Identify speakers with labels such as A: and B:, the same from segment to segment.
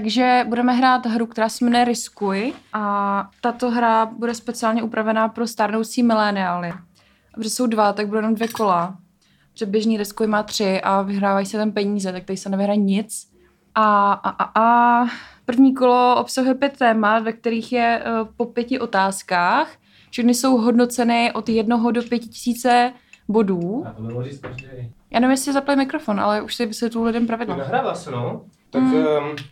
A: Takže budeme hrát hru, která se jmenuje Riskuj a tato hra bude speciálně upravená pro stárnoucí miléniály. A Protože jsou dva, tak budou jenom dvě kola. Předběžný Riskuj má tři a vyhrávají se tam peníze, tak tady se nevyhraje nic. A, a, a, a první kolo obsahuje pět témat, ve kterých je eh, po pěti otázkách. Všechny jsou hodnoceny od jednoho do pěti tisíce bodů.
B: A to bylo říct každý.
A: Já nevím, jestli zapli mikrofon, ale už si vysvětluji lidem pravidla.
B: Nahrává se, no. Tak,
A: Mm.
B: um,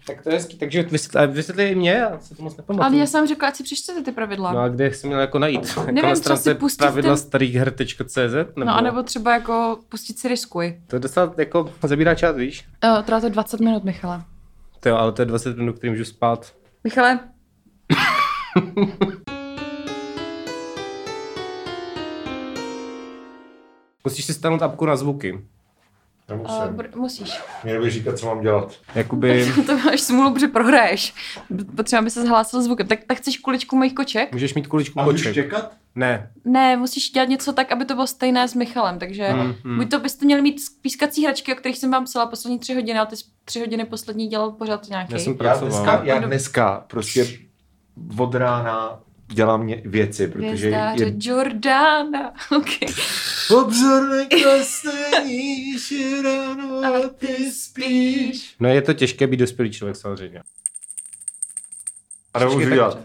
B: tak to je hezký. Takže vysvětli, vysvětli mě, já se to moc nepamatuju.
A: Ale já jsem řekla, ať si přečtete ty pravidla.
B: No a kde jsem měl jako najít? Nevím, jako
A: třeba
B: na
A: si
B: stránce
A: pustit
B: pravidla
A: ten-
B: starýchher.cz? Nebo...
A: No a nebo třeba jako pustit si riskuj.
B: To je docela jako zabírá čas, víš?
A: Uh, trvá to 20 minut, Michale.
B: To jo, ale to je 20 minut, který můžu spát.
A: Michale,
B: Musíš si stanout apku na zvuky.
A: uh,
C: Nemusím.
A: br- musíš.
C: Mě nebudeš říkat, co mám dělat.
B: Jakoby
A: to máš smůlu, protože prohraješ. Potřeba, aby se zhlásil zvukem. Tak, tak chceš kuličku mojich koček?
B: můžeš mít kuličku
C: A můžu
B: koček.
C: štěkat?
B: Ne,
A: Ne, musíš dělat něco tak, aby to bylo stejné s Michalem. Takže
B: Hmm,
A: hmm,
B: hmm.
A: buď to byste měli mít pískací hračky, o kterých jsem vám psala poslední tři hodiny, ale ty jsi tři hodiny poslední dělal pořád nějaký.
B: já jsem
C: Já
B: pracoval.
C: dneska, já dneska prostě od rána dělám mě věci, protože
A: Hvězdáře
C: je
A: Jordana. Okay.
C: obzor neklesný, že ráno
A: Ale
C: ty
A: spíš.
B: No je to těžké být dospělý člověk samozřejmě.
C: A nebo můžu
B: Počkej,
C: dělat.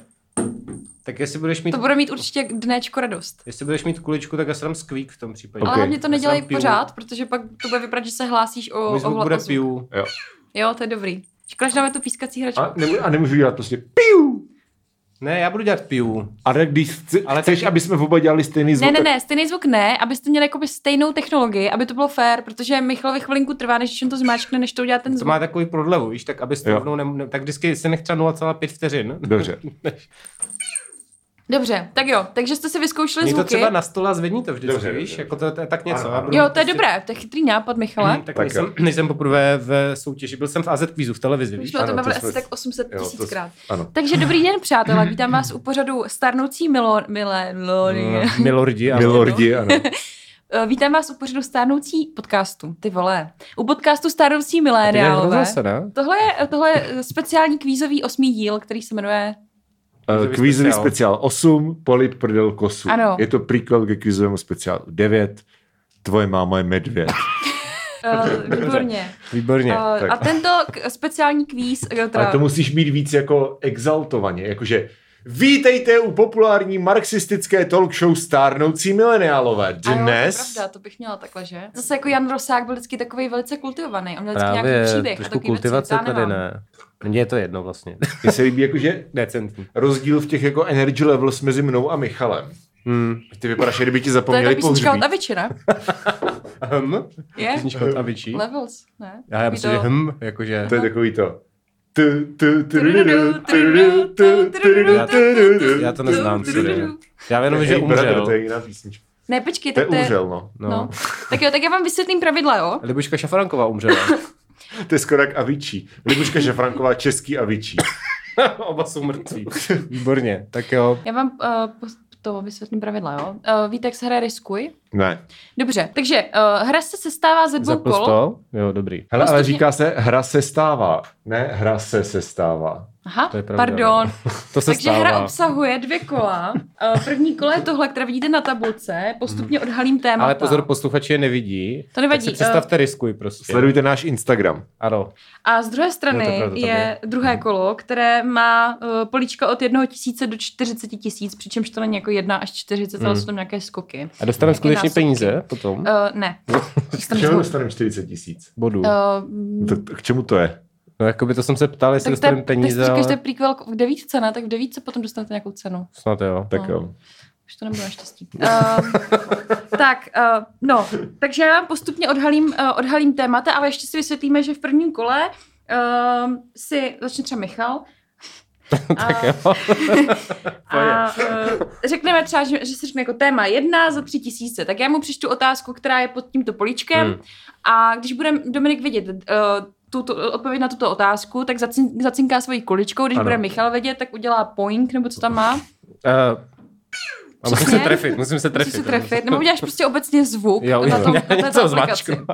B: Tak jestli budeš mít,
A: To bude mít určitě dnečko radost.
B: jestli budeš mít kuličku, tak já jsem skvík v tom případě.
C: Ok.
A: Ale hlavně to
B: Já
A: nedělej
B: jsem piju.
A: pořád, jako protože pak to bude vypadat, že se hlásíš o,
B: Můj
A: o,
B: zvuk
A: hla-
B: bude
A: o zvuk.
B: piu.
C: Jo.
A: Jo, to je dobrý. Škoda, že dáme tu pískací hračku.
C: A, nemů- a nemůžu dělat prostě piu.
B: Ne, já budu dělat piu.
C: A ne, když chci,
B: Ale
C: Ale chceš,
B: taky-
C: aby jsme oba dělali stejný zvuk.
A: Ne, ne, ne, stejný zvuk ne, abyste měli jakoby stejnou technologii, aby to bylo fair, protože Michalovi chvilinku trvá, než on to zmáčkne, než to udělá ten
B: To
A: zvuk.
B: má takový prodlevu, víš, tak aby
C: Jo.
B: rovnou ne, ne, tak vždycky se nech třeba 0,5 vteřin.
C: Dobře.
A: Dobře, tak jo, takže jste si vyzkoušeli
B: Mě to
A: zvuky.
B: třeba na stole a zvedni to vždycky,
C: Dobře,
B: víš,
C: dobře.
B: jako to, to je tak něco.
C: Ano,
B: já
C: ano.
B: budu
A: Jo, to je
B: prostě-
A: dobré, to je chytrý nápad, Michale.
B: Mhm, Tak,
C: Tak
B: než,
C: jo.
B: jsem, než jsem poprvé v soutěži, byl jsem v AZ Quizu v televizi,
A: My
B: víš.
A: jsme o tom
C: Ano, to
A: bavili
C: jsme-
A: asi tak 800
C: Jo, to-
A: tisíckrát.
C: Ano.
A: Takže dobrý den, přátelé, vítám vás u pořadu starnoucí Milo... Mile... Milo...
B: Mm, Milordi, ano.
C: Milordi, ano.
A: Eh, Vítám vás u pořadu stárnoucí podcastu, ty vole. U podcastu stárnoucí
B: A ty jdeš v
A: miléniálové.
B: rozhlase, ne?
A: Tohle je, tohle je speciální kvízový osmý díl, který se jmenuje...
B: Kvízový
C: Kvízový
B: speciál.
C: speciál 8, Polip prdel kosu.
A: Ano.
C: Je to prequel ke kvízovému speciálu 9, Tvoje máma je medvěd.
A: Uh, výborně.
B: Výborně.
A: Uh,
C: tak.
A: a tento k- speciální kvíz... eh,
C: Ale
A: Teda,
C: to musíš být víc jako exaltovaně, jakože Vítejte u populární marxistické talk show Stárnoucí mileniálové.
A: A jo,
C: Dnes...
A: to je pravda, to bych měla takhle, že? Zase jako Jan Rosák byl vždycky takový velice kultivovaný. On měl vždycky nějaký příběh. a
B: trošku
A: takový věci,
B: kultivace
A: já
B: tady
A: nemám.
B: ne. Mně je to jedno vlastně.
C: Mně se líbí jakože
B: Decentní.
C: rozdíl v těch jako energy levels mezi mnou a Michalem.
B: Hmm.
C: Ty vypadáš, že kdyby ti
A: To je ta
C: zapomněli
A: písnička od
C: pohřbít.
A: Avicii, ne?
B: Hm?
A: Je?
B: Písnička od Avicii.
A: Levels, ne?
B: Já, já
A: Takový
B: myslím, že
A: to-
B: hm, jakože...
C: To je takový to. Tu, tu, turudu,
A: Tududu,
C: turudu,
A: tududu,
C: tu, turudu,
A: tududu,
C: turudu.
B: Já to neznám,
A: tududu.
B: sorry. Já jenom vím, že
C: Hey brother,
B: umřel.
C: To je jiná písnička.
A: Ne, počkej,
C: To je
A: tak to je...
C: umřel, no.
A: No.
B: No.
A: Tak jo, tak já vám vysvětlím pravidla, jo?
B: Libuška Šafranková umřela.
C: To je skoro jak Avicii. Libuška Šafranková, český Avicii.
B: Oba jsou mrtví. Výborně, tak jo.
A: Já vám uh, pos- to vysvětlím pravidla, jo? Uh, víte, jak se hraje Riskuj?
C: Ne.
A: Dobře, takže uh, hra se sestává ze dvou
B: Zapl
A: kol.
B: to? Jo, dobrý.
C: Hele, ale
A: Postupně-
C: říká se, hra se stává. Ne, hra se se stává.
A: Aha,
B: To je pravda, no.
A: pardon.
B: To se
A: Takže
B: stává.
A: hra obsahuje dvě kola. Uh, první kolo je tohle, které vidíte na tabulce. Postupně odhalím témata.
B: Mhm. Ale pozor, posluchači je nevidí.
A: To nevadí, eh,
B: Tak si představte, riskuj prostě.
C: Sledujte náš Instagram.
B: Ano.
A: A z druhé strany
B: Jo, to
A: no,
B: je Mhm.
A: pravda,
B: pravda,
A: je druhé kolo, které má uh, políčka od 1 tisíce do 40 tisíc, přičemž to není jako 1 až 40, ale
B: Mm.
A: jsou tam nějaké skoky.
B: A dostaneme
A: Jaký
B: skutečně
A: násobky?
B: peníze potom?
A: Uh, ne. Tam
C: Čemu
A: jsou-
C: dostaneme 40 tisíc?
B: Bodu.
A: Uh,
C: To- to- K čemu to je?
B: No, jakoby to jsem se ptal, jestli
A: Eh, tak to je,
B: dostaneme
A: tak si
B: peníze,
A: říkáš, že to je
B: ale...
A: prequel k- v devítce, ne? Tak v devítce potom dostanete nějakou cenu.
B: Snad jo.
C: Tak
A: No.
C: jo.
A: Už to nebude naštěstí. Uh, tak, uh, no, takže já vám postupně odhalím, uh, odhalím témata, ale ještě si vysvětlíme, že v prvním kole uh, si začne třeba Michal.
B: tak jo.
A: A uh, řekneme třeba, že, že se řekne jako téma jedna za tři tisíce, tak já mu přečtu otázku, která je pod tímto políčkem
B: Hmm.
A: a když bude Dominik vědět uh, tuto, odpověď na tuto otázku, tak zacin, zacinká svojí kuličkou, když
B: Ano.
A: bude Michal vědět, tak udělá poink, nebo co tam má.
B: Eh, A musím
A: Přesně.
B: se trefit, musím se trefit.
A: Musíš se trefit, nebo uděláš prostě obecně zvuk
B: Jo,
A: na
B: jo,
A: tom, na této
B: něco
A: aplikaci.
B: zmáčknu.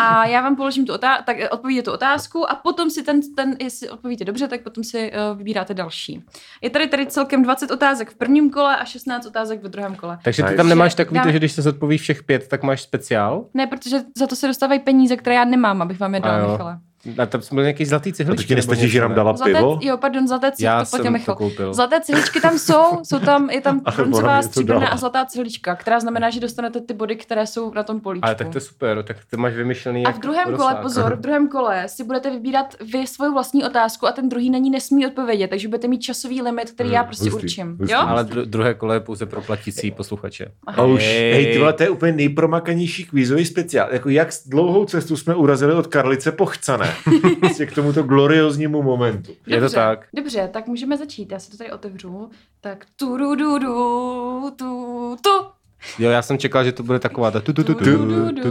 A: A já vám položím tu otázku, tak odpovíte tu otázku a potom si ten, ten jestli odpovíte dobře, tak potom si uh, vybíráte další. Je tady tady celkem 20 otázek v prvním kole a 16 otázek ve druhém kole.
B: Takže ty
C: Nice.
B: tam nemáš takový, to,
A: Dáme-
B: že když se zodpoví všech pět, tak máš speciál?
A: Ne, protože za to se dostávají peníze, které já nemám, abych vám je
B: A
A: dala,
B: jo.
A: Michale.
B: A tam jsme nějaký zlatý
C: A
B: cihličky.
C: to ti
B: nebo
C: nestačí,
B: něco,
C: že nám
B: ne?
C: dala
A: Zlaté,
C: pivo?
A: jo, pardon, zlaté cihly,
B: Já
A: to platil
B: jsem
A: Michal.
B: to koupil.
A: Zlaté cihličky tam jsou, jsou tam, je tam
C: Ale ona
A: bronzová,
C: mi to
A: stříbrná
C: dala.
A: a zlatá cihlička, která znamená, že dostanete ty body, které jsou na tom políčku.
B: Ale tak to je super, tak to máš vymyšlený
A: A
B: jak
A: v druhém kole,
B: prosák.
A: pozor, v druhém kole si budete vybírat vy svoji vlastní otázku a ten druhý na ní nesmí odpovědět, takže budete mít časový limit, který
B: Hmm,
A: já prostě
C: hustý,
A: určím.
C: hustý.
A: Jo?
B: Ale dru- druhé kole je pouze pro platící posluchače.
C: A už, hej, ty vole, to je úplně nejpromakanější kvízový speciál. Jako jak dlouhou cestu jsme urazili od Karlice Pochcané Prostě k tomuto glorioznímu momentu.
B: Je to tak.
A: Dobře, tak můžeme začít. Já si to tady otevřu. Tak tu du du du tu tu.
B: Jo, já jsem čekal, že to bude taková ta tu tu tu
A: Tu, du,
B: tu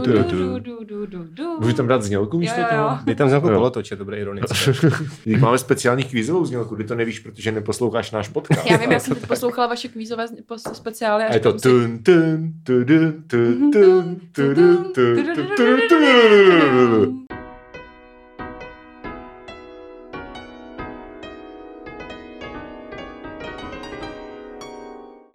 A: du,
B: tu
A: du,
B: tu.
A: du, du, du, du, du.
C: Můžu tam dát znělku
A: Jo,
C: místo
A: jo, jo.
C: toho?
B: Dej tam znovu
C: Jo.
B: kolotoče, to bude ironické.
C: Vždyť Máme speciální kvízovou znělku, kdy to nevíš, protože neposloucháš náš podcast.
A: Já vím, já jsem teď poslouchala vaše kvízové z- pos- speciály.
C: A je to tun, tun, tudun,
A: Eh, Mhm.
C: tun, tun, tudun, tun, tun, tun, tun, tun.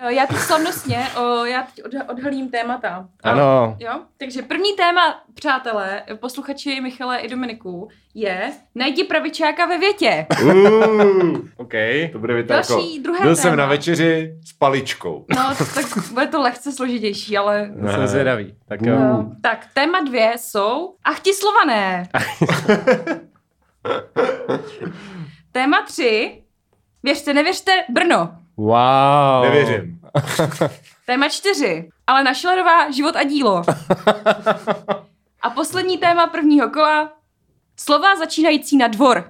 A: Já teď slavnostně, o, já teď odha- odhalím témata.
B: Ano.
A: Jo? Takže první téma, přátelé, posluchači Michale i Dominiku, je najdi pravičáka ve větě.
C: Uuu,
B: OK.
C: To bude věta jako,
A: Další, druhé
C: byl jsem
A: téma.
C: na večeři s paličkou.
A: No, tak bude to lehce složitější, ale...
B: Já jsem zvědavý. Tak eh, jo.
C: No.
A: No. Tak, téma dvě jsou Ach ti slované. téma tři Věřte, nevěřte, Brno.
B: Wow.
C: Nevěřím.
A: Téma čtyři. Ale Šilerová, život a dílo. A poslední téma prvního kola. Slova začínající na dvor.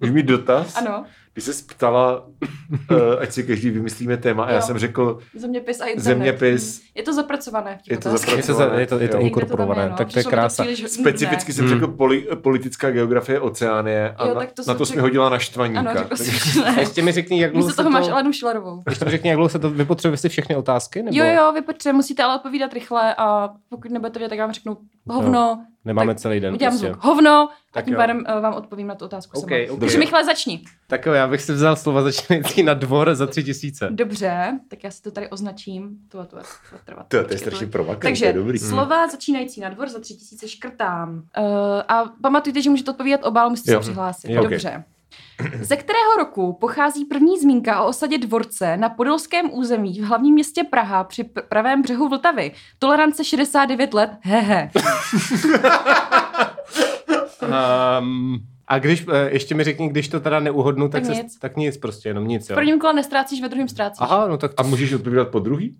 C: Můžu mít dotaz?
A: Ano,
C: Ty se ptala, eh, ať si každý vymyslíme téma a já
A: Jo.
C: jsem řekl,
A: zeměpis a internet.
C: Zeměpis.
A: Mm. Je to zapracované v těch
C: Je to
A: otázkách.
B: Je to, za- je to, je to
C: Jo.
B: inkorporované,
A: Někde tam je, no.
B: tak to je
A: Přišlo mi
B: krása.
A: příliš nudné.
C: specificky jsem
B: Hmm.
C: řekl poli, politická geografie oceánie a
A: Jo,
C: na,
A: tak to
C: na
A: jsem
C: to jsi mi
A: řekl-
C: hodila na
A: Ano,
C: štvaníka.
A: řekl jsem, že
B: A
A: ne.
B: Ještě mi řekni, jak dlouho
A: Místo
B: se to...
A: toho máš Alenu Šilerovou.
B: Ještě mi řekni, jak dlouho se to vypotřebuje si všechny otázky? Nebo
A: Jo, jo, vy potře, musíte ale odpovídat rychle a pokud nebudete vědět, tak já vám řeknu hovno.
B: Nemáme
A: tak
B: celý den.
A: Udělám
B: prostě.
A: zvuk hovno a
B: Tak
A: tím
B: jo.
A: pádem eh, vám odpovím na tu otázku
B: OK,
A: okay, sama.
B: OK.
A: Takže Michale, začni.
B: Tak jo, já bych si vzal slova začínající na dvor za tři tisíce.
A: Dobře, tak já si to tady označím. To, to, to, to, trvá.
C: To, to
A: Počkej,
C: je strašně
A: tohle.
C: provakativní, to
A: Takže
C: je dobrý.
A: slova začínající na dvor za tři tisíce škrtám. Uh, a pamatujte, že můžete odpovídat oba, ale musíte se
C: Jo.
A: přihlásit.
B: Jo.
A: Jo. Dobře. Ze kterého roku pochází první zmínka o osadě dvorce na podolském území v hlavním městě Praha při pr- pravém břehu Vltavy? Tolerance 69 let, hehe.
B: Um, a když, eh, ještě mi řekni, když to teda neuhodnu, tak,
A: Tak
B: tak, se,
A: nic.
B: nic. tak nic prostě, jenom nic,
A: V
B: jo.
A: prvním kole nestrácíš, ve druhém ztrácíš.
B: Aha, no tak
C: A
B: to...
C: můžeš odpovídat po druhý?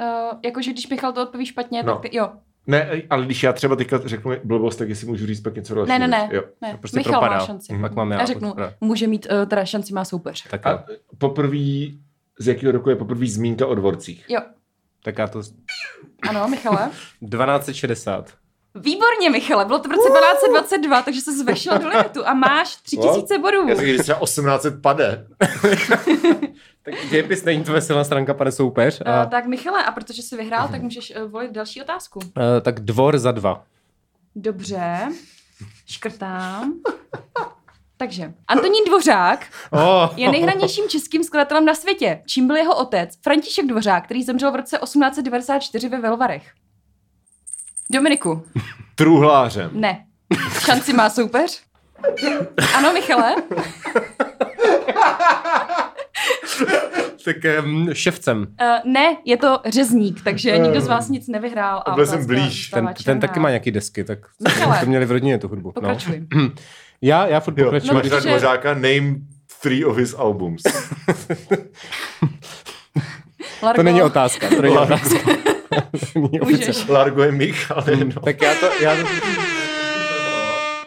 A: Uh, jakože když Michal to odpoví špatně,
C: No.
A: tak ty, jo.
C: Ne, ale když já třeba teďka řeknu blbost, tak jestli můžu říct pak něco dalšího.
A: Ne, ne, ne.
C: Jo.
A: ne.
B: prostě
A: Michal
B: propadá.
A: má šanci.
B: Mhm. Pak mám já.
A: já řeknu,
B: Dobrá.
A: může mít, uh, teda šanci má soupeř.
B: Tak, jo,
C: A poprvý, z jakého roku je poprvý zmínka o dvorcích?
A: Jo,
B: tak já to...
A: ano, Michale.
B: 1260.
A: Výborně, Michale, bylo to v roce 1222, takže se zvešel do limitu a máš 3000 bodů.
C: Já jsem když třeba 1800 pade.
B: Tak dějepis není tvoje silná stránka, pane soupeř. A, Mhm.
A: Uh, tak Michale, a protože jsi vyhrál, tak můžeš uh, volit další otázku.
B: eh, tak dvor za dva.
A: Dobře, škrtám. Takže, Antonín Dvořák
B: Oh,
A: je nejhranějším českým skladatelem na světě. Čím byl jeho otec? František Dvořák, který zemřel v roce 1894 ve Velvarech. Dominiku,
C: Truhlářem.
A: ne. Šanci má soupeř? Ano, Michale?
B: tak um, ševcem.
A: Uh, ne, je to řezník,
B: Eh,
A: takže nikdo z vás nic nevyhrál. A
C: byl jsem
A: otázka
C: blíž.
A: zůstává
B: Ten, ten
A: černá.
B: taky má nějaký desky, tak
A: Michale.
B: to měli v rodině tu hudbu. No.
A: Pokračuj.
B: Já, já furt
C: Jo,
B: pokračuji.
A: No,
C: máš na
A: protože-
C: dvořáka name three of his albums.
A: Largo,
B: To není otázka, to není otázka. To není
A: No. Můžeš.
C: Largo je Michal. no.
B: Tak já to... Já to...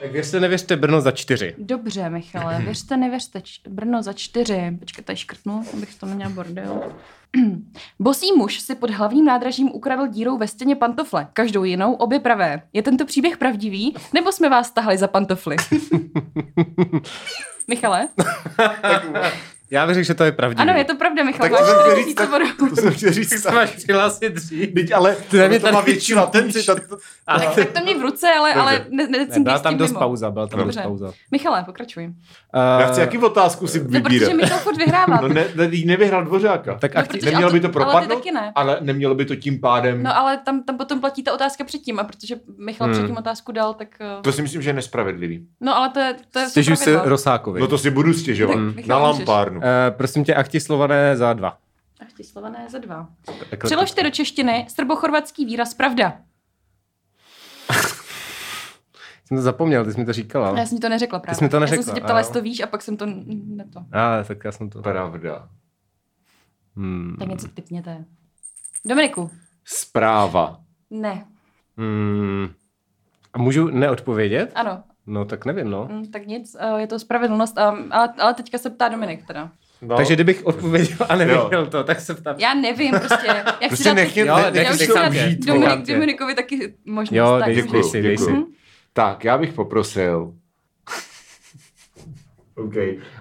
B: Tak věřte, nevěřte Brno za čtyři.
A: Dobře,
C: Mhm.
A: Michale, věřte, nevěřte. Č- Brno za čtyři. Počkej, tady škrtnu, abych to neměla bordel. Bosý muž si pod hlavním nádražím ukradl dírou ve stěně pantofle. Každou jinou, obě pravé. Je tento příběh pravdivý, nebo jsme vás tahli za pantofly? Michale?
B: Já věřím, že to je pravdivé.
A: Ano, je to pravda, Michal.
C: Tak
A: máš
C: to
A: 40
C: jsem chtěl říct, tak-
A: bodů.
C: To jsem chtěl říct.
B: se máš přihlásit dřív.
C: Teď, ale
B: To je mě
C: to má
B: tady
C: větší latenci.
B: čumíš.
C: tak to-
A: Tak, tak to mě v ruce, ale, ale ne, ne,
B: Ne,
A: jsem
B: byla
A: s tím
B: tam dost
A: mimo.
B: pauza, byla tam dost
A: Dobře.
B: pauza. Eh,
A: Michale, pokračuj.
C: Já chci jaký otázku si
A: No, protože
C: vybírat.
A: Michal furt vyhrává.
C: No ne, ne, nevyhrál Dvořáka.
B: Tak
A: No,
B: a chci,
A: protože-
C: Nemělo
A: ale
C: by
A: to-
C: to
A: ale ty
C: propadnout,
A: taky ne.
C: ale nemělo by to tím pádem...
A: No ale tam, tam potom platí ta otázka předtím a protože Michal
B: Hmm.
A: předtím otázku dal, tak... eh,
C: To si myslím, že je nespravedlivý.
A: No ale to je... To je
B: stěžuj
A: jsou
B: se
A: pravidla.
B: Rosákovi.
C: No to si budu stěžovat.
A: Tak, Michal,
C: Na
A: můžeš.
C: lampárnu.
B: Eh, prosím tě, ach ti slované za dva.
A: Ach, ti slované za dva.
B: Takhle-
A: Přeložte do češtiny srbochorvatský výraz pravda.
B: Jsem to zapomněl, ty jsi mi to říkala.
A: Já jsem ti to neřekla právě.
B: jsi mi to
A: Já jsem
B: neřekla,
A: se tě ptala,
B: ano.
A: jestli to víš a pak jsem to... Ne to.
B: A, tak já jsem to...
C: Pravda.
B: Hmm.
A: Tak něco typněte. Dominiku.
C: Zpráva.
A: Ne.
B: Hmm. A můžu neodpovědět?
A: Ano.
B: No tak nevím, no.
A: Mm, Tak nic, eh, je to spravedlnost, a- ale, ale teďka se ptá Dominik teda.
C: No.
B: Takže kdybych odpověděl a nevěděl
C: Jo.
B: to, tak se ptám.
A: Já nevím prostě. Jak
C: Prostě
A: si dát-
C: nechně-
A: já
B: ne-
A: už
B: nechci
A: chci dát
B: tam žít,
A: Dominik,
B: vole.
A: Dominikovi taky možnost.
B: Jo,
A: tak,
B: dej,
A: už
B: dej
A: víš.
B: si,
C: děkuji,
B: dej si.
C: děkuji. Tak, já bych poprosil. OK.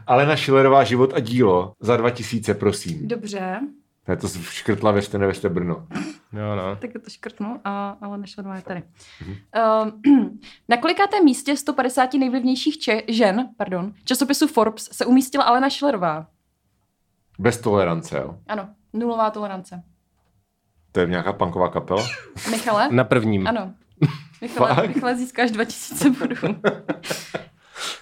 C: Alena Schillerová, život a dílo. Za 2000, prosím.
A: Dobře,
C: Ne, to jsi škrtla, věřte, nevěřte Brno.
B: Jo, no.
A: tak to škrtnu, a, ale nešlo dva je tady. Um, na kolikáté místě 150 nejvlivnějších če- žen pardon, časopisu Forbes se umístila Alena Schillerová?
C: Bez tolerance, jo.
A: Ano, nulová tolerance.
C: To je nějaká panková kapela?
A: Michale?
B: Na prvním.
A: Ano. Michale,
C: Fakt?
A: Michale získáš 2000 bodů.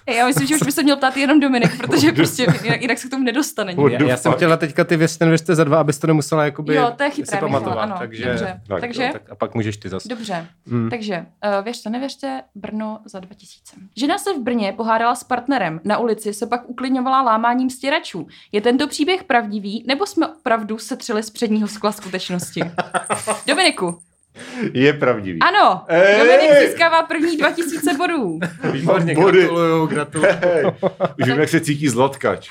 A: Ej, Já myslím, že už by se měl ptát jenom Dominik, protože prostě jinak, jinak se k tomu nedostane. nikdy.
C: What the
B: Já, já jsem
C: fuck?
B: chtěla teďka ty věc, ten věřte za dva, abys to nemusela jakoby
A: Jo, to je
B: si
A: chytré, Michale,
B: pamatovat.
A: ano.
B: takže,
A: Dobře,
C: Tak,
A: takže,
B: Jo, tak a pak můžeš ty zase.
A: dobře.
B: Hmm.
A: Takže, uh, věřte, nevěřte, Brno za 2000. Žena se v Brně pohádala s partnerem, na ulici se pak uklidňovala lámáním stěračů. Je tento příběh pravdivý, nebo jsme opravdu setřeli z předního skla skutečnosti? Dominiku,
C: Je pravdivý.
A: ano,
C: Ej!
A: Dominik získává první 2000 bodů.
B: Výborně,
C: Body.
B: gratuluju, gratuluju.
C: Hej, už vím, jak se cítí zlatkač.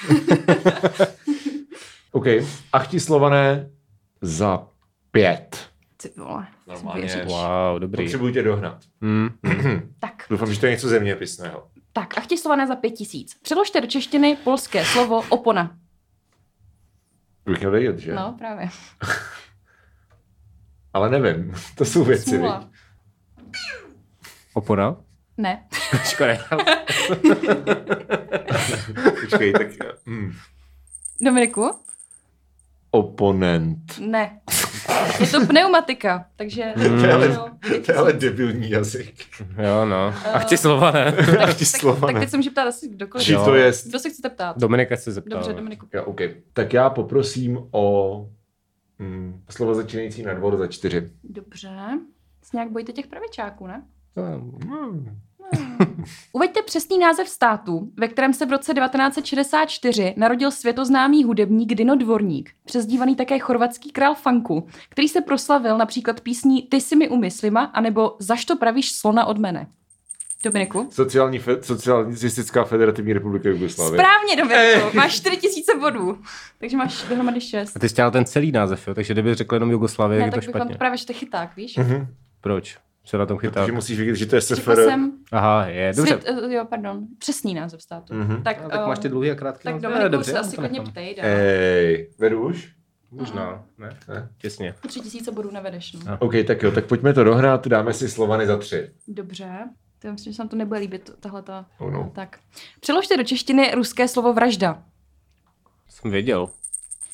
C: OK. Ach ti slované za pět.
A: Ty vole, co
C: Normálně.
A: věříš?
B: Wow, dobrý.
C: Potřebuji tě dohnat.
B: Hmm.
A: Tak,
C: Doufám, že to je něco zeměpisného.
A: tak, achtisované za 5000. Přeložte do češtiny polské slovo opona.
C: Bych měl vědět, že?
A: No, právě.
C: Ale nevím. To jsou věci. viď?
A: Smůla.
B: Opona?
A: Ne.
B: Škoda.
C: Počkej, tak... Hmm.
A: Dominiku?
C: Oponent.
A: Ne. Je to pneumatika, takže...
B: Hmm.
A: Jo,
C: Ale-
A: jo,
C: To je ale debilní jazyk.
B: jo, no.
A: Eh,
B: A chci slova, ne?
C: Ach ti slova,
A: tak
C: ne.
A: teď se může ptát asi kdokoliv.
C: Či
B: Jo.
C: to jest.
A: Kdo se chcete ptát?
B: Dominika se zeptal.
A: Dobře, Dominiku.
C: Jo, OK. Tak já poprosím o mm, slova začínající na dvor za čtyři.
A: Dobře. Se nějak bojíte těch pravičáků, ne? Hmm.
B: No,
A: Uveďte přesný název státu, ve kterém se v roce 1964 narodil světoznámý hudebník Dino Dvorník, přezdívaný také chorvatský král funku, který se proslavil například písní Ty si mi umyslima, anebo Zaš to pravíš slona od mene. Dominiku?
C: Sociální fe- socialistická federativní republika Jugoslávie.
A: Správně, Dominiku, máš 4000 bodů, takže máš dohromady 6.
B: A ty jsi dělal ten celý název, jo? Takže kdyby řekl jenom Jugoslávie,
A: Ne,
B: je to
A: tak bych vám
B: špatně. Hm,
A: právě, že to je chyták, víš?
C: Mhm.
B: Proč? Co na tom chytá?
C: Protože musíš vědět, že to je
A: Řekla
C: SFR.
A: jsem,
B: Aha, je, dobře.
A: svět, eh, jo, pardon, přesný název státu.
C: Mhm.
A: Tak,
B: No, tak máš
A: eh,
B: ty dlouhý a krátký.
A: tak
B: no. názvy.
A: Dominiku
B: Eh, dobře,
A: se
B: já
A: asi
B: to
A: klidně
B: nechám.
A: ptej, dá.
B: Eh.
C: Ej, vedu už?
B: Možná, ne?
C: Ne.
B: Těsně.
A: 3000 bodů nevedeš. No.
B: A.
C: OK, tak jo, tak pojďme to dohrát, dáme si Slovany za tři.
A: Dobře. To já myslím, že se nám to nebude líbit, tahle ta...
C: Oh no.
A: Tak. Přeložte do češtiny ruské slovo vražda.
B: Jsem věděl.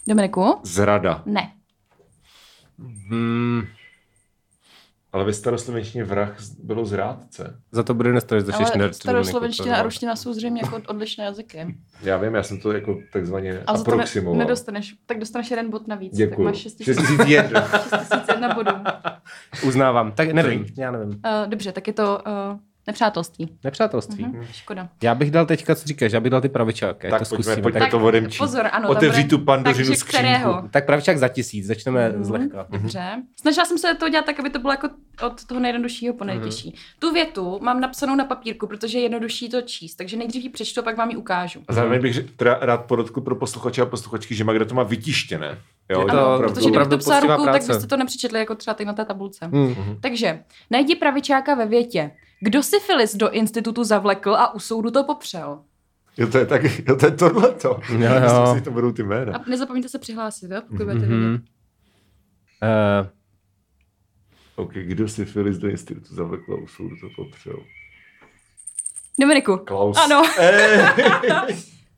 A: Dominiku?
C: Zrada.
A: Ne.
B: Hmm,
C: Ale ve staroslovenštině vrah z- bylo zrádce.
B: za to bude nestojí za češtiny.
A: Ale
B: Dominiku,
A: staroslovenština
B: to
A: a
B: je
A: ruština jsou zřejmě jako odlišné jazyky.
C: Já vím, já jsem to jako takzvaně
A: A za to ne-
C: aproximoval.
A: nedostaneš. Tak dostaneš jeden bod navíc.
C: Děkuju.
A: Tak máš 6000
C: 6001.
A: 6001 bodů.
B: Uznávám. Tak nevím, já nevím.
A: Uh, dobře, tak je to uh, nepřátelství.
B: Nepřátelství.
A: Mhm. Škoda.
B: Já bych dal teďka, co říkáš, já bych dal ty pravičáky.
C: Tak
B: to
C: pojďme,
B: zkusíme.
C: pojďme.
B: Tak,
C: to odemčí.
A: Pozor, ano. tam
C: Otevřít
A: bude-
C: tu Pandořinu
A: No, Takže
C: skříňku.
A: kterého?
B: tak pravičák za tisíc, začneme
A: Mhm.
B: mm-hmm. zlehka.
A: Dobře. Snažila jsem se to dělat tak, aby to bylo jako od toho nejjednoduššího po nejtěžší. Tu větu mám napsanou na papírku, protože je jednodušší to číst, takže nejdřív ji přečtu a pak vám ji ukážu.
C: A zároveň bych ř- teda rád podotkl pro posluchače a posluchačky, že Magda to má vytištěné. Jo,
B: Je
C: že
B: to-
C: opravdu-
A: Protože kdybych
B: opravdu
A: to psala
B: poctivá
A: rukou, tak
B: práce.
A: byste to nepřečetli, jako třeba teď na té tabulce.
B: Mm.
A: Takže, najdi pravičáka ve větě. Kdo si Filis do institutu zavlekl a u soudu to popřel?
C: Jo, to je, tak, jo, to je tohleto.
B: Jo, jo.
C: Myslím si, to budou ty jména.
A: A nezapomeňte se přihlásit, jo, pokud budete
B: Mhm.
A: vidět.
B: Eh,
C: OK, kdo si Filis do institutu zavlekla u soudu, to popřel.
A: Dominiku,
C: Klaus.
A: Ano.
C: Eh,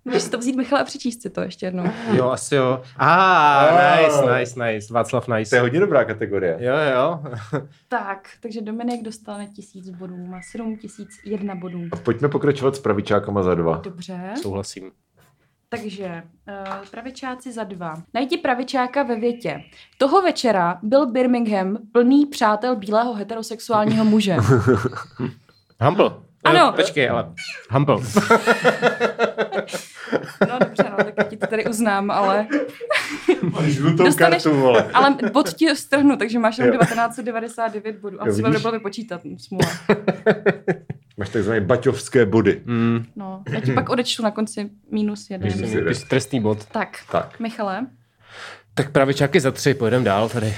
A: můžeš si to vzít Michala a přečíst si to ještě jednou.
B: jo, asi jo. Ah,
C: Ah.
B: nice, nice, nice. Václav
C: to je
B: Nice.
C: hodně dobrá kategorie.
B: Jo, jo.
A: Tak, takže Dominik dostane tisíc bodů, má sedm tisíc jedna bodů.
C: A pojďme pokračovat s pravičákama za dva.
A: Dobře,
B: Souhlasím.
A: takže uh, pravičáci za dva. Najdi pravičáka ve větě. Toho večera byl Birmingham plný přátel bílého heterosexuálního muže.
B: Humble.
A: Ano.
B: Eh, Počkej, ale. Humble.
A: No dobře, no, tak já ti to tady uznám, ale,
C: Máš žlutou
A: Dostaneš-
C: kartu, vole.
A: ale bod ti strhnu, takže máš jenom
C: Jo.
A: 1999 bodů. A
C: Jo,
A: to jsem
C: vidíš?
A: nebylo vypočítat, smůla.
C: Máš takzvané baťovské body.
B: Mm,
A: No, já ti pak odečtu na konci minus
C: Když jsi
A: jeden.
C: si-
B: ty jsi trestný bod.
A: Tak,
C: Tak.
A: Michale,
B: Tak pravičáky za tři, pojedeme dál tady.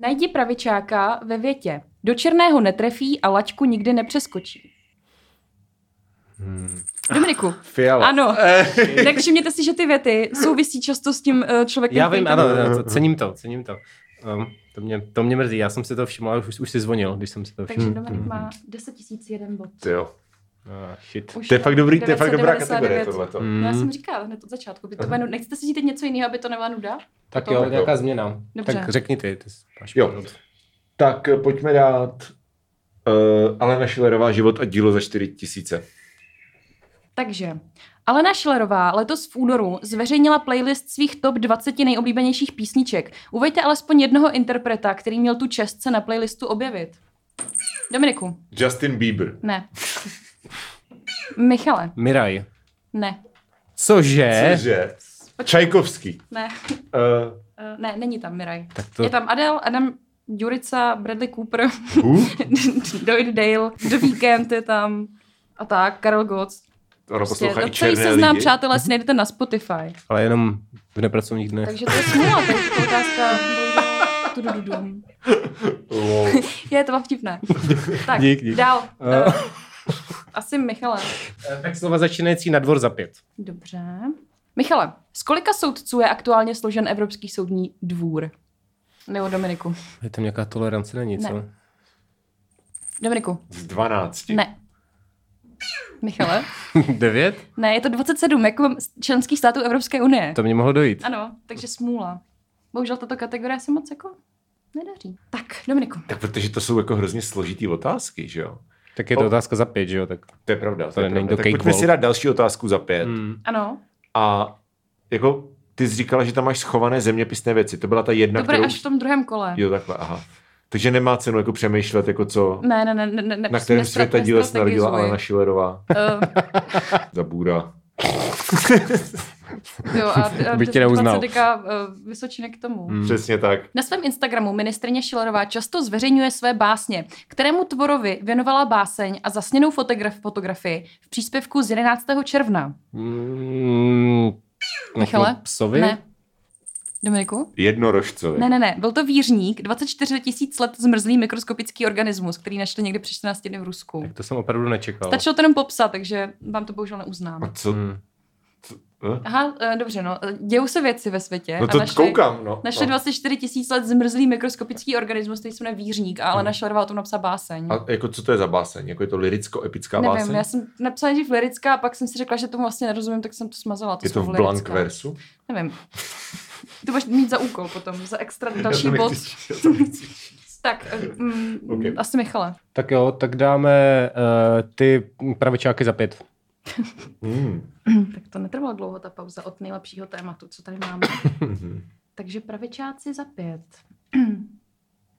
A: najdi pravičáka ve větě. Do černého netrefí a laťku nikdy nepřeskočí.
B: Hmm.
A: Dominiku,
C: Fiala.
A: ano.
C: Eh.
A: Tak všimněte si, že ty věty souvisí často s tím eh, člověkem.
B: Já vím,
A: který to-
B: ano, ano, cením to, cením to. Um, to, mě, to mě mrzí, já jsem si to všiml, ale už, už si zvonil, když jsem si to všiml.
C: Hm.
A: Takže Dominik má 10 001 bod.
C: Ty Jo.
B: Ah, shit. Mm.
A: Už
C: To je fakt dobrý, to je fakt dobrá
A: 999.
C: kategorie Hmm. tohleto.
A: No, já jsem říkala hned od začátku. By to byla, nu- nechcete si říct něco jiného, aby to nebyla nuda?
B: Tak
A: to-
B: jo,
C: tak jo.
B: nějaká změna.
A: Dobře.
B: Tak řekni ty. ty jsi- máš
C: Jo.
B: pravdu.
C: Tak eh, pojďme dát uh, Alena Šilerová život a dílo za 4 tisíce.
A: Takže Alena Šilerová letos v únoru zveřejnila playlist svých top 20 nejoblíbenějších písniček. Uveďte alespoň jednoho interpreta, který měl tu čest se na playlistu objevit. Dominiku,
C: Justin Bieber.
A: ne. Michale,
B: Miraj.
A: ne.
B: Cože?
C: Cože? Čajkovský.
A: Ne,
C: Uh,
A: Eh, ne, není tam Miraj.
B: Tak
A: To...
B: to,
A: Je tam Adele, Adam Jurica, Bradley Cooper,
C: who?
A: Doyle Dale, The Weeknd je tam a tak, Karel Gotts. Prostě
C: Ona poslouchá
A: celý
C: i černé
A: seznam,
C: lidi.
A: přátelé, si najdete na Spotify.
B: ale jenom v nepracovních dnech.
A: Takže to je smůla, to je to otázka. tudududum.
C: Lol.
A: Je, to bylo vtipné. Tak,
B: Dík, dík.
A: dál.
B: Eh.
A: Eh, Asi Michale.
B: Eh, Tak slova začínající na dvor za pět.
A: Dobře. Michale, z kolika soudců je aktuálně složen Evropský soudní dvůr? Nebo Dominiku.
B: Je tam nějaká tolerance na nic,
A: Ne.
B: ne.
A: Dominiku,
C: Z 12.
A: ne. Michale?
B: Devět?
A: Ne, je to 27, jako členských států Evropské unie.
B: To mě mohlo dojít.
A: Ano, takže smůla. Bohužel tato kategorie se moc jako nedaří. Tak, Dominiku.
C: Tak protože to jsou jako hrozně složitý otázky, že jo?
B: Tak je to
C: O.
B: otázka za pět, že jo? Tak
C: To je pravda. To,
B: To
C: je
B: není to
C: pravda. Tak
B: cake
C: pojďme
B: walk.
C: si dát další otázku za pět.
A: Ano,
C: A jako ty jsi říkala, že tam máš schované zeměpisné věci. To byla ta jedna,
A: to bude
C: kterou...
A: až v tom druhém kole.
C: Jo, takhle, aha. Takže nemá cenu jako přemýšlet, jako co,
A: Ne, prostě ne, ne, ne, ne
C: na kterém světa díle se narodila Alena Šilerová.
A: Uh,
C: Zabůra.
A: jo, a, a
B: By tě neuznal.
A: 20 uh, Vysočiny k tomu.
B: Mm.
C: Přesně tak.
A: Na svém Instagramu ministrině Šilerová často zveřejňuje své básně, kterému tvorovi věnovala báseň a zasněnou fotograf fotografii v příspěvku z 11. června.
B: Mm,
A: Michale?
B: Psovi?
A: Ne. Dominiku?
C: Jednorožcovi.
A: Ne, ne, ne. Byl to vířník, 24 tisíc let zmrzlý mikroskopický organismus, který našli někdy před 14 dny v Rusku.
B: Tak to jsem opravdu nečekal.
A: Stačilo to jenom popsat, takže vám to bohužel neuznám.
C: A co? Hm?
B: Mm.
C: eh?
A: Aha, eh, dobře, no. eh, Dějou se věci ve světě.
C: No
A: a
C: to
A: našli,
C: koukám, no.
A: Našli
C: no.
A: 24 tisíc let zmrzlý mikroskopický organismus, který se jmenuje vířník, a
C: Hmm.
A: Alena Šlerová o tom napsala báseň.
C: A jako co to je za báseň? Jako je to liricko-epická
A: Nevím,
C: báseň?
A: já jsem napsala nejdřív lirická, a pak jsem si řekla, že tomu vlastně nerozumím, tak jsem to smazala. To
C: Je to
A: slovo
C: v
A: lirická.
C: blank versu?
A: Nevím. To budeš mít za úkol potom, za extra další
C: Já to
A: bod.
C: nechci číst, já to nechci číst.
A: Tak, eh, mm,
C: Ok.
A: asi Michale.
B: Tak jo, tak dáme uh, ty pravičáky za pět.
C: Hmm.
A: Tak to netrvalo dlouho, ta pauza od nejlepšího tématu, co tady máme. Takže pravičáci za pět.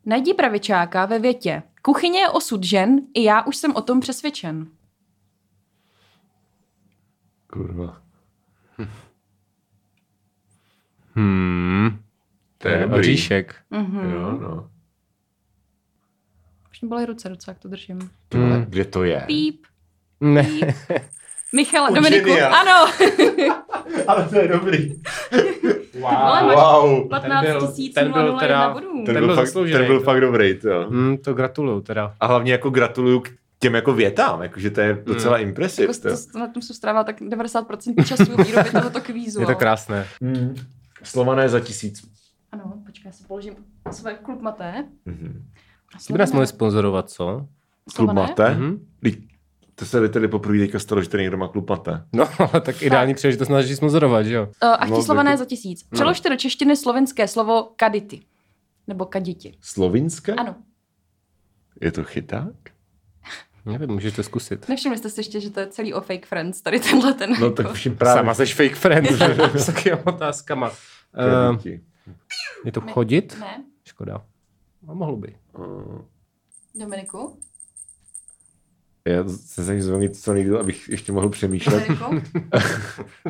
A: Najdi pravičáka ve větě. Kuchyně je osud žen, i já už jsem o tom přesvědčen.
C: Kurva.
B: Hmm.
C: To je dobrý.
B: Oříšek.
A: Mhm.
C: Jo, no.
A: Už mi byly ruce docela, jak to držím.
C: Ty vole,
B: Mm.
C: Kde to je?
A: Píp,
B: Ne.
A: Michal,
C: U
A: Dominiku,
C: ženia.
A: ano,
C: Ale to je dobrý. wow.
A: Ale máš-
C: wow.
A: 15
B: byl-
A: 000
B: teda-
A: bodů.
B: ten
C: Ten,
B: byl
C: byl fakt,
B: zasloužený,
C: ten byl
B: to.
C: fakt dobrý. To.
B: Hmm, to gratuluju teda.
C: A hlavně jako gratuluju k těm jako větám, jakože to je docela mm. impresiv.
A: Jako, to, to, na tom jsem strávila tak 90% času výroby tohoto kvízu.
B: Je to
A: ale-
B: krásné.
C: Mm. Slované za tisíc.
A: Ano, počkej, já si položím své klubmaté.
C: Mm-hmm.
B: Ty by nás mohli sponzorovat, co?
C: Klub mate?
B: Mhm.
C: Vždyť To se tady poprvé teďka stalo, že tady někdo má klub mate.
B: No, ale tak ideální příležitost nás začít sponzorovat, že jo?
A: Ach,
C: No,
A: ti Eh, slované
C: jako-
A: za tisíc. Přeložte do češtiny slovenské slovo kadity. Nebo kaditi.
C: Slovinské?
A: Ano,
C: Je to chyták?
B: Nevím, můžeš to zkusit.
A: nevšimli jste si ještě, že to je celý o fake friends, tady tenhle ten.
C: No
A: jako-
C: tak všim
B: Právě.
C: právě. Eh,
B: Sama seš fake friend s takými otázkama. Uh,
C: Děti.
B: je to chodit?
A: Ne,
B: Škoda. A mohlo by.
C: Uh,
A: Dominiku?
C: Já se snažím zvonit co nejdůl, abych ještě mohl přemýšlet.
A: Dominiku?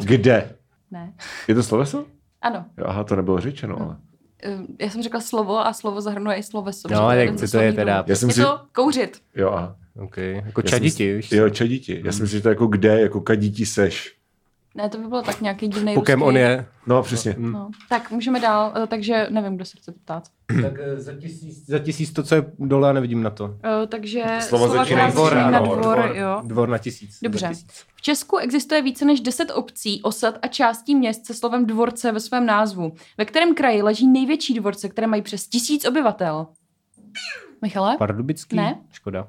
C: Kde?
A: Ne.
C: Je to sloveso?
A: Ano,
C: Jo, Aha, to nebylo řečeno, ale.
A: ehm, já jsem řekla slovo a slovo zahrnuje i sloveso.
B: No,
A: že
B: ale
A: je
B: jak
A: jeden
B: to-
A: ze
B: to je
A: slovních
B: teda-
A: domů.
C: Já jsem si-
A: Je to kouřit.
C: Jo, aha.
B: OK, jako
C: Já
B: čaditi,
C: jsem si-
B: víš?
C: Jo, čaditi. Já si myslím, že to je jako kde, jako kadíti seš.
A: Ne, to by bylo tak nějaký divný
B: Pokem on je. Mm.
C: No, přesně.
B: Hm.
A: No. Tak můžeme dál, eh, takže nevím, kdo se chce ptát.
B: Tak eh, za tisíc, za tisíc to, co je dole, já nevidím na to.
A: Eh, takže
C: Slovo
A: slova,
C: začínají
A: která
C: dvor,
A: začínají na
C: ano,
A: dvor,
B: dvor,
A: jo.
B: dvor na tisíc. za
A: Dobře.
B: tisíc.
A: V Česku existuje více než 10 obcí, osad a částí měst se slovem dvorce ve svém názvu. Ve kterém kraji leží největší dvorce, které mají přes tisíc obyvatel? Michale?
B: Pardubický?
A: Ne.
B: Škoda.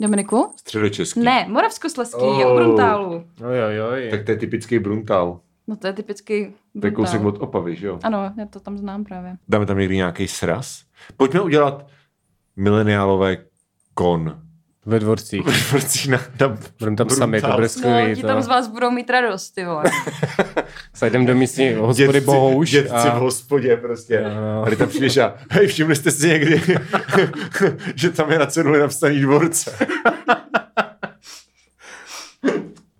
A: Dominiku?
C: Středočeský.
A: Ne, Moravskosleský, je u
C: Oh.
A: Bruntálu.
B: Ojojoj.
C: Tak to je typický Bruntál.
A: No to je typicky
C: To je kousek
A: Bruntál.
C: od Opavy, že jo?
A: Ano, já to tam znám právě.
C: Dáme tam někdy nějaký sraz? Pojďme udělat mileniálové kon.
B: Ve dvorcích.
C: Vrcí na, na
B: Budeme tam sami, to
C: Bruntál.
B: bude
A: No, ti
B: skvělý.
A: tam
B: to.
A: z vás budou mít radost, ty vole.
B: Zajdem do místní hospody
C: dětci-
B: Bohouš.
C: Dětci v
B: a...
C: hospodě prostě.
B: Jo, no.
C: A ty tam přijdeš a hej, všimli jste si někdy, že tam je na ceduli napsaný dvorce.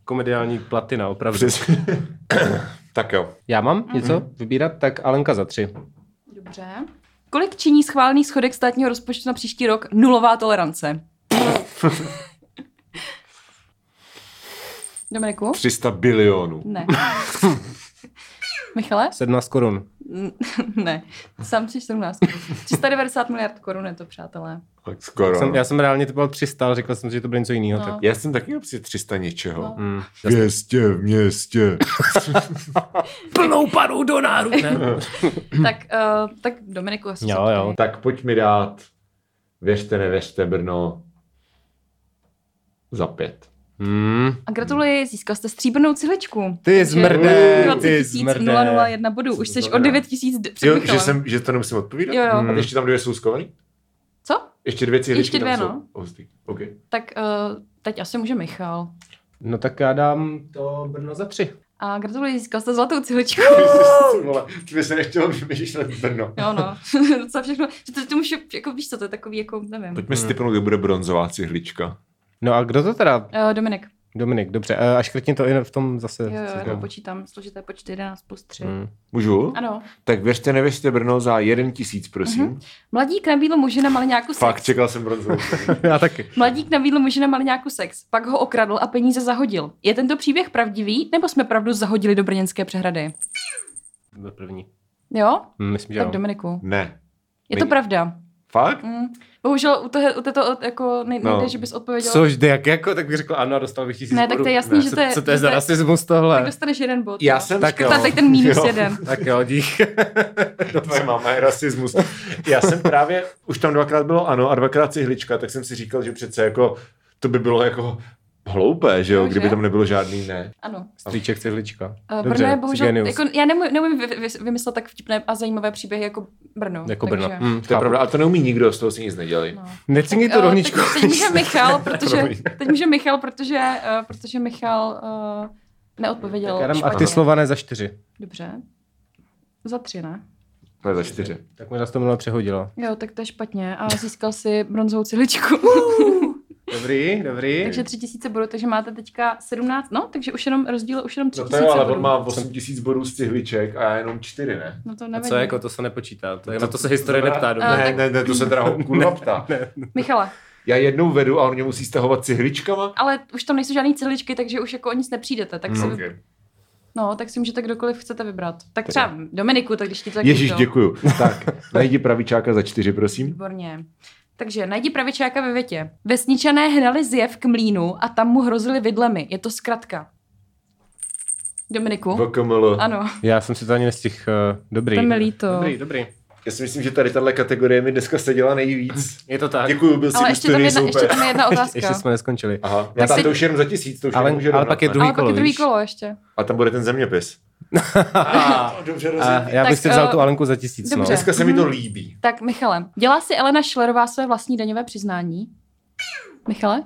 B: Komediální platina, opravdu.
C: Přesně. tak jo.
B: Já mám
A: Mhm.
B: něco vybírat? Tak Alenka za tři.
A: Dobře. Kolik činí schválený schodek státního rozpočtu na příští rok nulová tolerance? Dominiku?
C: 300 bilionů.
A: Ne. Michale?
B: 17 korun.
A: ne. Sám si 17. 390 miliard korun je to, přátelé.
C: Tak skoro.
B: Jsem,
C: no.
B: já jsem reálně typoval 300, ale řekl jsem si, že to bude něco jiného.
A: No.
B: Tak.
C: já jsem taky napsal 300 něčeho.
A: No.
B: Mm.
C: 200 v městě.
B: Plnou parou do náru.
A: tak, uh, tak Dominiku, asi
B: Jo,
A: se ptej.
B: jo.
C: No tak pojď mi dát, věřte, nevěřte, Brno, za pět.
B: Mm.
A: A gratuluji, získal jste stříbrnou cihličku.
B: Ty zmrdé,
A: 20
B: ty
A: 000
B: zmrdé.
A: 001 bodů, už jsi
C: To
A: o
C: znamená-
A: 9 tisíc d- před
C: Jo, že,
A: Michalem.
C: jsem, Hmm. že to nemusím odpovídat?
A: No. Jo, jo.
C: A ještě tam dvě jsou skovaný?
A: Co?
C: Ještě dvě cihličky
A: Ještě dvě,
C: tam
A: no.
C: jsou. Oh, Hustý. OK.
A: Tak uh, teď asi může Michal.
B: No tak já dám to Brno za tři.
A: A gratuluji, získal jste zlatou cihličku.
C: Ty vole, ty by se nechtělo vymýšlet Brno.
A: Jo, no. Docela všechno. Že to, to můžu, jako víš co, to je takový, jako nevím.
C: Pojďme si typnout, kde bude bronzová cihlička.
B: No a kdo to teda?
A: Uh, Dominik,
B: Dominik, dobře. E, A škrtni to i v tom zase.
A: jo, jo, já
C: jako-
B: No.
A: to počítám, složité počty 11 plus 3.
C: Hmm.
B: Mm.
C: Můžu?
A: Ano. Mhm.
C: Tak věřte, nevěřte Brno za jeden tisíc, prosím. Mm-hmm.
A: Mladík nabídl muži na maliňáku sex.
C: Fakt, čekal jsem bronzovou.
B: Já taky.
A: Mladík nabídl muži na maliňáku sex, pak ho okradl a peníze zahodil. Je tento příběh pravdivý, nebo jsme pravdu zahodili do brněnské přehrady?
B: Byl první.
A: Jo?
B: Hm, Myslím, že
A: Tak
B: jo.
A: Dominiku.
C: ne.
A: Je to
C: My-
A: pravda.
C: Fakt?
A: Mm. Bohužel u, toho, u této od- jako nej,
C: No.
A: nejde, že bys odpověděl.
B: Což jde, jak jako, tak bych řekl ano a dostal bych tisíc
A: Ne, tak to
B: bodů.
A: je jasný,
C: Ne,
A: že
B: Co,
A: to je...
B: co to je
A: že
B: za rasismus
A: Tak
B: tohle?
A: dostaneš jeden bod.
C: Já
A: jo.
C: jsem
B: Tak jo.
A: Tak tady ten minus
C: Jo.
A: jeden.
B: Tak jo, dík.
C: Tvoje máma je rasismus. Já jsem právě, už tam dvakrát bylo ano a dvakrát cihlička, tak jsem si říkal, že přece jako, to by bylo jako hloupé, že jo,
A: No, že?
C: kdyby tam nebylo žádný ne.
A: Ano.
B: Stříček cihlička.
A: Eh, Brno je bohužel,
B: genius.
A: jako, já nemů, neumím vy, vy, vymyslet tak vtipné a zajímavé příběhy jako Brno.
B: Jako Brno.
A: Takže,
B: Hm,
C: To je pravda, a to neumí nikdo, z toho si nic nedělali.
A: no.
B: Necíní
A: Eh,
B: to rovničku.
A: Teď, teď může Michal, protože,
C: Promiň.
A: teď může Michal, protože, eh, protože Michal eh, neodpověděl
B: Já dám a
A: špatně.
B: ty slované za čtyři.
A: Dobře. Za tři, ne?
C: To je za čtyři.
B: Tak možná jsi to minule přehodila.
A: Jo, tak to je špatně. A získal si bronzovou cihličku.
B: Dobrý, dobrý.
A: takže tři tisíce bodů, takže máte teďka 17, no, takže už jenom rozdíl, už jenom tři
C: No to
A: tisíce
C: jo, ale
A: bodů.
C: on má 8 tisíc bodů z cihliček a já jenom čtyři, ne?
A: No to
B: A
A: nevadí.
B: co jako, to se nepočítá. To, je- na to se historie neptá. dobře.
A: Eh,
C: Ne,
A: tak-
C: ne, ne, to se teda ho kurva ptá.
A: Michala,
C: Já jednou vedu a on mě musí stahovat cihličkama?
A: ale už tam nejsou žádný cihličky, takže už jako o nic nepřijdete. Tak si,
C: Okay.
A: No, tak si můžete kdokoliv chcete vybrat. Tak třeba Dominiku, tak když ti to tak
C: Ježíš,
A: to-
C: děkuju. Tak, najdi pravičáka za čtyři, prosím.
A: Výborně. Takže najdi pravičáka ve větě. Vesničané hnali zjev k mlínu a tam mu hrozili vidlemi. Je to zkratka. Dominiku?
C: VKML.
A: Ano,
B: Já jsem si to ani nestihl. eh, Dobrý.
A: to mi líto.
B: Dobrý, dobrý.
C: Já si myslím, že tady tahle kategorie mi dneska seděla nejvíc.
B: Je to tak.
C: Děkuju, byl jsi
A: Ale ještě tam,
C: důstojný
A: jedna, ještě
C: soupeř.
A: tam je jedna otázka.
B: Ještě jsme neskončili.
C: Aha,
A: Tak
C: no tam
A: si-
C: to už jenom za tisíc, to už
B: Ale-
C: nemůže
B: ale
C: rovnat,
B: pak je
C: ne?
B: druhý
A: Ale pak
B: kolo,
A: je druhý
B: víš?
A: kolo ještě.
C: A tam bude ten zeměpis. ah, dobře
B: A já
A: Tak,
B: bych si vzal
A: eh,
B: tu Alenku za tisíc. No.
A: dobře.
C: Dneska se mi to líbí.
A: Tak Michale, dělá si Elena Schillerová své vlastní daňové přiznání? Michale?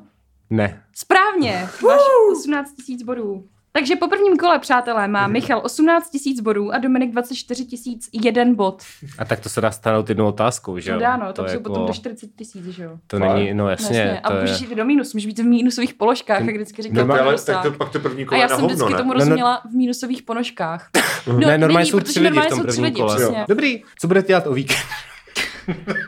B: Ne.
A: Správně, máš 18 tisíc bodů. Takže po prvním kole, přátelé,
B: Mhm.
A: má Michal 18 tisíc bodů a Dominik 24 tisíc jeden bod.
B: A tak to se dá stanout jednou otázkou, že
A: No
B: jo?
A: dáno, to, to jsou
B: jako-
A: potom do 40 tisíc, že jo? Vlastně,
B: To není, no jasně.
A: A
B: to je-
A: můžeš jít do mínus, můžeš být v mínusových položkách, jak vždycky
C: No,
A: říkal
C: no,
A: pan
C: ale
A: Rusák.
C: tak to pak to první
A: A
C: kolo je
A: já
C: na
A: jsem vždycky
C: hovno, ne?
A: tomu
B: No, no-
A: rozuměla v mínusových položkách. No,
B: ne, normálně
A: není,
B: jsou
A: protože
B: tři lidi v
A: normálně
B: tom
A: jsou tři
B: prvním
A: lidi,
B: kole.
A: přesně.
B: Dobrý, co budete dělat o víkend?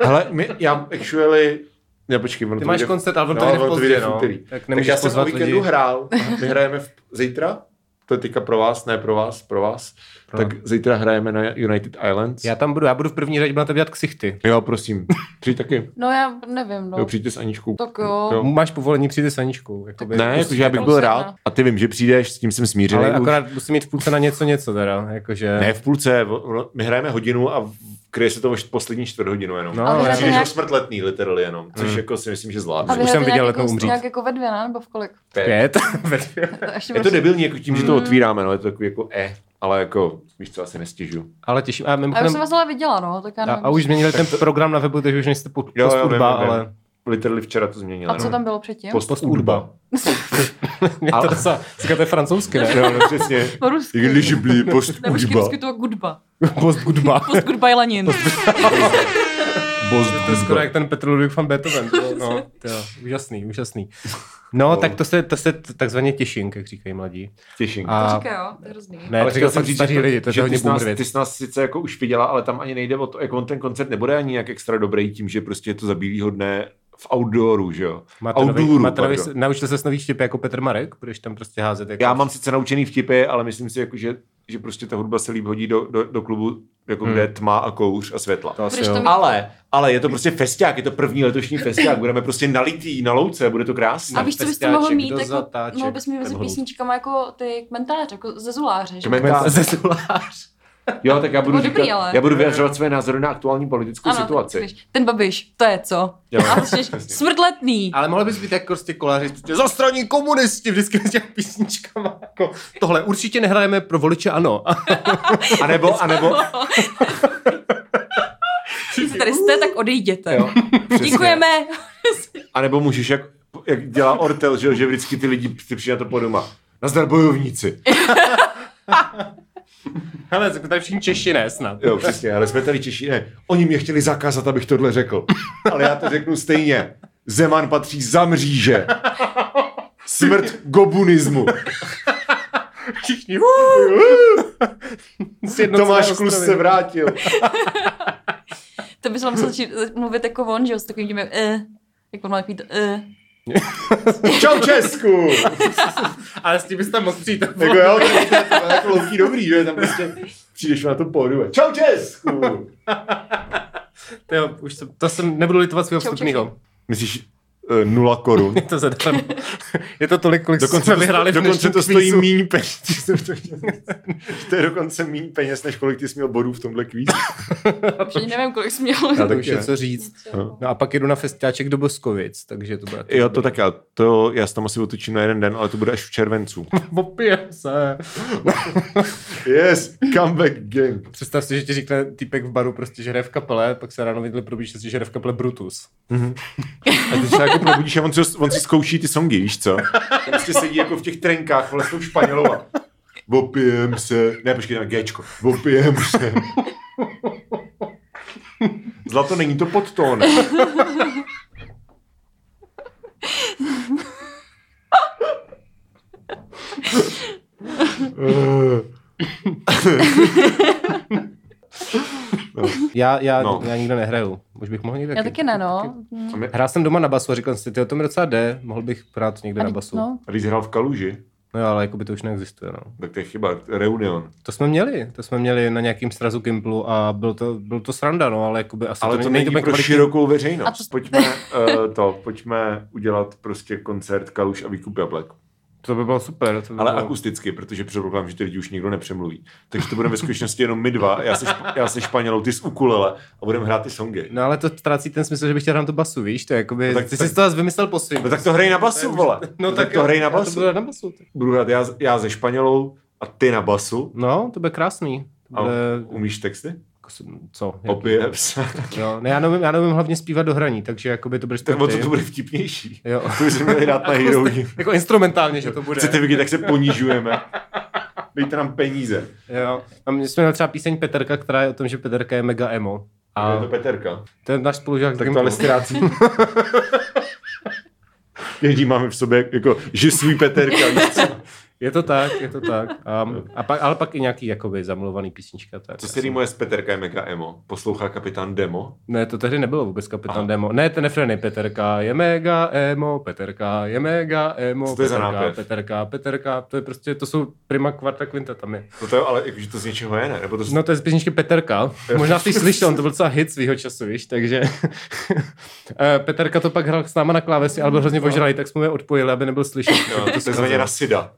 C: Hele, my, já actually... Já počkej, ono
B: Ty
C: to
B: máš
C: vyjde-
B: koncert, ale on to
C: No,
B: jde
C: ono
B: pozdě,
C: vyjde v
B: no.
C: úterý.
B: Tak
C: Tak,
B: nemůžeš
C: já jsem o
B: pozvat
C: víkendu
B: lidi.
C: hrál. My hrajeme v, zítra, to je teďka pro vás, ne pro vás, pro vás.
B: Pro-
C: Tak zítra hrajeme na United Islands.
B: Já tam budu, já budu v první řadě, budu na to dělat ksichty.
C: Jo, prosím, přijď taky.
A: No já nevím, no.
C: Jo, přijďte s Aničkou.
A: Tak jo.
B: Máš povolení, přijde s Aničkou. jakoby.
A: Prostě
C: Ne, jakože já bych
A: tam
C: byl
A: sedne.
C: rád a ty vím, že přijdeš, s tím jsem smířený.
B: Ale
C: už.
B: akorát musím mít v půlce na něco něco teda, jakože...
C: Ne, v půlce, o- ono- my hrajeme hodinu a v- kryje se to už poslední čtvrt hodinu jenom.
B: No, Ale ale-
A: hrajete
C: Přijdeš
A: nějak-
C: o smrt letný, literally jenom, což
B: Hmm.
C: jako si myslím, že
A: A
C: zvládnu.
A: vy
B: Už jsem
A: hrajete
B: viděl
A: nějak
B: letnou
A: jako-
B: umřít.
A: Nějak jako ve dvě, ne? nebo v kolik?
B: Pět.
A: To ještě
C: Je to
A: vlastně-
C: debilní, jako tím, že to otvíráme, no, je to takový jako e, ale jako, víš co, asi nestižu.
B: ale těším, a
A: A já už
B: mimochodem...
A: jsem vás ale viděla, no, tak já
B: A,
A: nevím.
B: a už změnili ten program na webu, takže už nejste pod,
C: Jo, jo,
B: post hudba,
C: vím, vím, vím.
B: ale
C: Literally včera to změnila.
A: a
B: no.
A: co tam bylo předtím?
C: Post,
B: post hudba. Mě to
C: Ale-
B: docela, říká, to je francouzské, ne?
C: No, no, přesně.
A: Po rusky.
C: Když byli post
A: Nebo
C: hudba.
A: vždycky to gudba.
B: Post hudba.
A: Post gudba je lanin.
C: Post
B: To je skoro
C: hudba.
B: jak ten Petr Ludwig van Beethoven. to bylo- No, to jo, úžasný, úžasný. No, tak to se, to se t- takzvaně těšink, jak říkají mladí.
C: Těším.
A: To
B: A
A: říká, jo, to je hrozný.
B: ne, ale říkal jsem říct, staří lidi, to je
C: že
B: hodně
C: ty jsi nás,
B: boomer
C: ty
B: věc.
C: jsi nás sice jako už viděla, ale tam ani nejde o to, jak on ten koncert nebude ani nějak extra dobrý tím, že prostě je to zabílýhodné v outdooru, že jo?
B: Máte nový-
C: outdooru,
B: máte nový-
C: pardon.
B: Naučil se nový štěp jako Petr Marek? Budeš tam prostě házet jako...
C: Já mám sice naučený vtipy, ale myslím si, jako, že, že prostě ta hudba se líp hodí do, do, do klubu, jako
B: Hmm.
C: hmm. kde je tma a kouř a světla.
B: To asi
A: Budeš to
B: jo.
A: mít-
C: Ale, ale je to prostě festák, je to první letošní festák, budeme prostě nalitý na louce, bude to krásné.
A: A víš, co bys to
B: Festiáček,
A: mohl mít?
B: do
A: Jako,
B: zatáček,
A: mohl bys mít mezi
B: ten hold.
A: písničkama jako ty kmentáře, jako ze zuláře. Že?
C: Kmen-
B: Komentář ze solář.
C: Jo, tak já budu,
A: bylo
C: říkat,
A: dobrý, ale.
C: já budu vyjadřovat své názory na aktuální politickou
A: Ano,
C: situaci.
A: tak, ten babiš, to je co?
C: Jo.
A: A začneš smrdletný.
B: Ale mohl bys být jako prostě koláři, prostě zastraní komunisti vždycky s těmi písničkama. Jako, tohle určitě nehrajeme pro voliče, ano.
C: A nebo, a nebo,
A: Když se tady jste, tak odejděte.
C: jo, přesně.
A: Děkujeme.
C: A nebo můžeš, jak, jak dělá Ortel, že, jo, že vždycky ty lidi ty přijde na to poduma. Nazdar bojovníci.
B: Hele, jsme tady všichni Češi, ne snad.
C: Jo, přesně, ale jsme tady Češi, ne. Oni mě chtěli zakázat, abych tohle řekl. Ale já to řeknu stejně. Zeman patří za mříže. Smrt gobunismu.
B: Všichni.
C: Tomáš Klus se vrátil.
A: To bys vám musel začít mluvit jako on, že jo, s takovým tím, jak, eh, jak on má takový to, eh.
C: Čau Česku!
B: Ale s tím bys tam mohl přijít.
C: Jako jo, to je to je jako louký dobrý, že tam prostě přijdeš na to pódu. a Čau Česku!
B: Jo, už jsem, to jsem nebudu litovat svého
A: Čau,
B: vstupného.
C: Myslíš, eh, nula korun.
B: To zadám. Je to tolik, kolik dokonce jsme
C: to-
B: vyhráli v
C: dokonce
B: dnešním
C: to stojí
B: kvízu.
C: míň peněz. Ty jsem to chtěl říct. to je dokonce míň peněz, než kolik ty jsi měl bodů v tomhle kvízu.
A: Všichni nevím, kolik jsi měl.
C: Já
B: To
C: taky
B: už je
C: ne.
B: co říct. No a pak jedu na festiáček do Boskovic, takže to bude...
C: Jo, to tak já, to já se tam asi otočím na jeden den, ale to bude až v červencu.
B: Opijem se.
C: Yes, comeback gang.
B: Představ si, že ti řekne týpek v baru prostě, že hraje v kapele, pak se ráno vidíte probíš, že si že hraje v kapele Brutus.
C: A ty se jako probudíš a on si, on si zkouší ty songy, víš co? Prostě sedí jako v těch trenkách, vlastně tou španělou a Vopijem se. Ne, počkej, tam je Gčko. Vopijem se. Zlato, není to podtón. Eh.
B: Já, já, no.
C: No.
B: já nikdo nehraju. Už bych mohl někde.
A: Já taky ne, no.
C: A my-
B: Hrál jsem doma na basu a říkal jsem si, "Tyjo, to mi docela jde, mohl bych hrát někde
A: A
B: na
A: teď-
B: basu.
A: No,
C: A když jsi hrál v Kaluži,
B: No ale jako by to už neexistuje, no.
C: Tak to je chyba, reunion.
B: To jsme měli, to jsme měli na nějakým srazu Gimplu a bylo to, bylo to sranda, no, ale jakoby asi
C: Ale
B: ne-
C: to není
B: úplně
C: pro
B: kvalitní.
C: širokou
A: A
C: veřejnost.
A: to-
C: Pojďme eh, to, pojďme udělat prostě koncert Kaluš a Výkup Jablek.
B: To by bylo super. To by
C: Ale
B: bylo...
C: akusticky, protože předpokládám, že ty lidi už nikdo nepřemluví. Takže to budeme ve skutečnosti jenom my dva, já se, šp- já se španělou, ty s ukulele a budeme hrát ty songy.
B: No ale to ztrácí ten smysl, že bych chtěl hrát tu basu, víš, to je jakoby,
C: No
B: no,
C: tak-
B: tak, ty
C: tak-
B: jsi to zase vymyslel po svým.
C: No tak to hraj na basu, vole.
B: no, tak,
C: to
B: jo,
C: hraj na
B: já To
C: basu.
B: budu hrát na basu. tak.
C: Budu hrát já, já se španělou a ty na basu.
B: No, to bude krásný. To
C: A
B: bude... jako
C: umíš texty?
B: Co? Jak-
C: Opět. se.
B: Jo, ne, já nevím, já nevím hlavně zpívat do hraní, takže jakoby to budeš
C: Tak o to, to bude vtipnější.
B: Jo.
C: To bychom měli dát na heroin.
B: Jako instrumentálně, že to bude.
C: Chcete vidět, tak se ponižujeme. Dejte nám peníze.
B: Jo. A my jsme měli třeba píseň Peterka, která je o tom, že Peterka je mega emo.
C: A...
B: A
C: Je to Peterka.
B: to je náš spolužák. z
C: Tak to
B: Gimplu.
C: ale ztrácí. Ježí máme v sobě jako, že svůj Peterka. víš co?
B: Je to tak, je to tak. A, a pak, ale pak i nějaký jakoby zamluvaný písnička. Tak,
C: Co
B: asi.
C: se moje z Peterka je mega emo? Poslouchá kapitán Demo?
B: Ne, to tehdy nebylo vůbec kapitán
C: Aha.
B: Demo. Ne, ten refrén je Peterka je mega emo, Peterka je mega emo,
C: Co to je za
B: Peterka,
C: nápěv?
B: Peterka, Peterka, to je prostě, to jsou prima, kvarta, kvinta tam je.
C: No to jo, ale jakože to z něčeho je, ne? Nebo to z...
B: No to je z písničky Peterka, možná jsi slyšel, on to byl docela hit svýho času, víš, takže Eh, Peterka to pak hrál s náma na klávesi, ale byl hrozně ožralý, tak jsme mu je odpojili, aby nebyl slyšet.
C: no, to, je zvaně na Sida.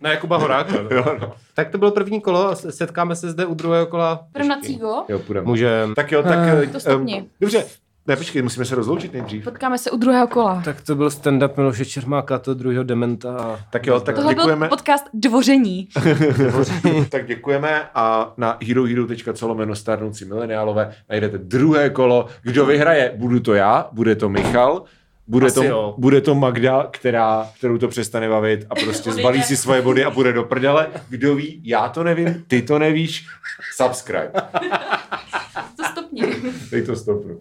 B: na Jakuba Horáka. no.
C: jo, no.
B: Tak to bylo první kolo, a se- setkáme se zde u druhého kola.
A: Půjdeme na cígo,
C: Jo, půjdeme.
B: Můžeme.
C: Tak jo, tak...
B: Eh.
C: eh,
A: To stopni.
C: ehm, dobře, ne, počkej, musíme se rozloučit nejdřív.
A: potkáme se u druhého kola.
B: Tak to byl stand-up Miloše Čermáka, to druhého dementa.
C: Tak jo, tak
A: Tohle
C: děkujeme.
A: byl podcast Dvoření.
C: tak děkujeme a na herohero.co lomeno starnoucí mileniálové najdete druhé kolo. Kdo vyhraje? Budu to já, bude to Michal, bude,
B: Asi
C: to,
B: jo.
C: bude to Magda, která, kterou to přestane bavit a prostě
A: Odejde.
C: zbalí si svoje body a bude do prdele. Kdo ví? Já to nevím, ty to nevíš. Subscribe.
A: To stopni.
C: Dej to stopru.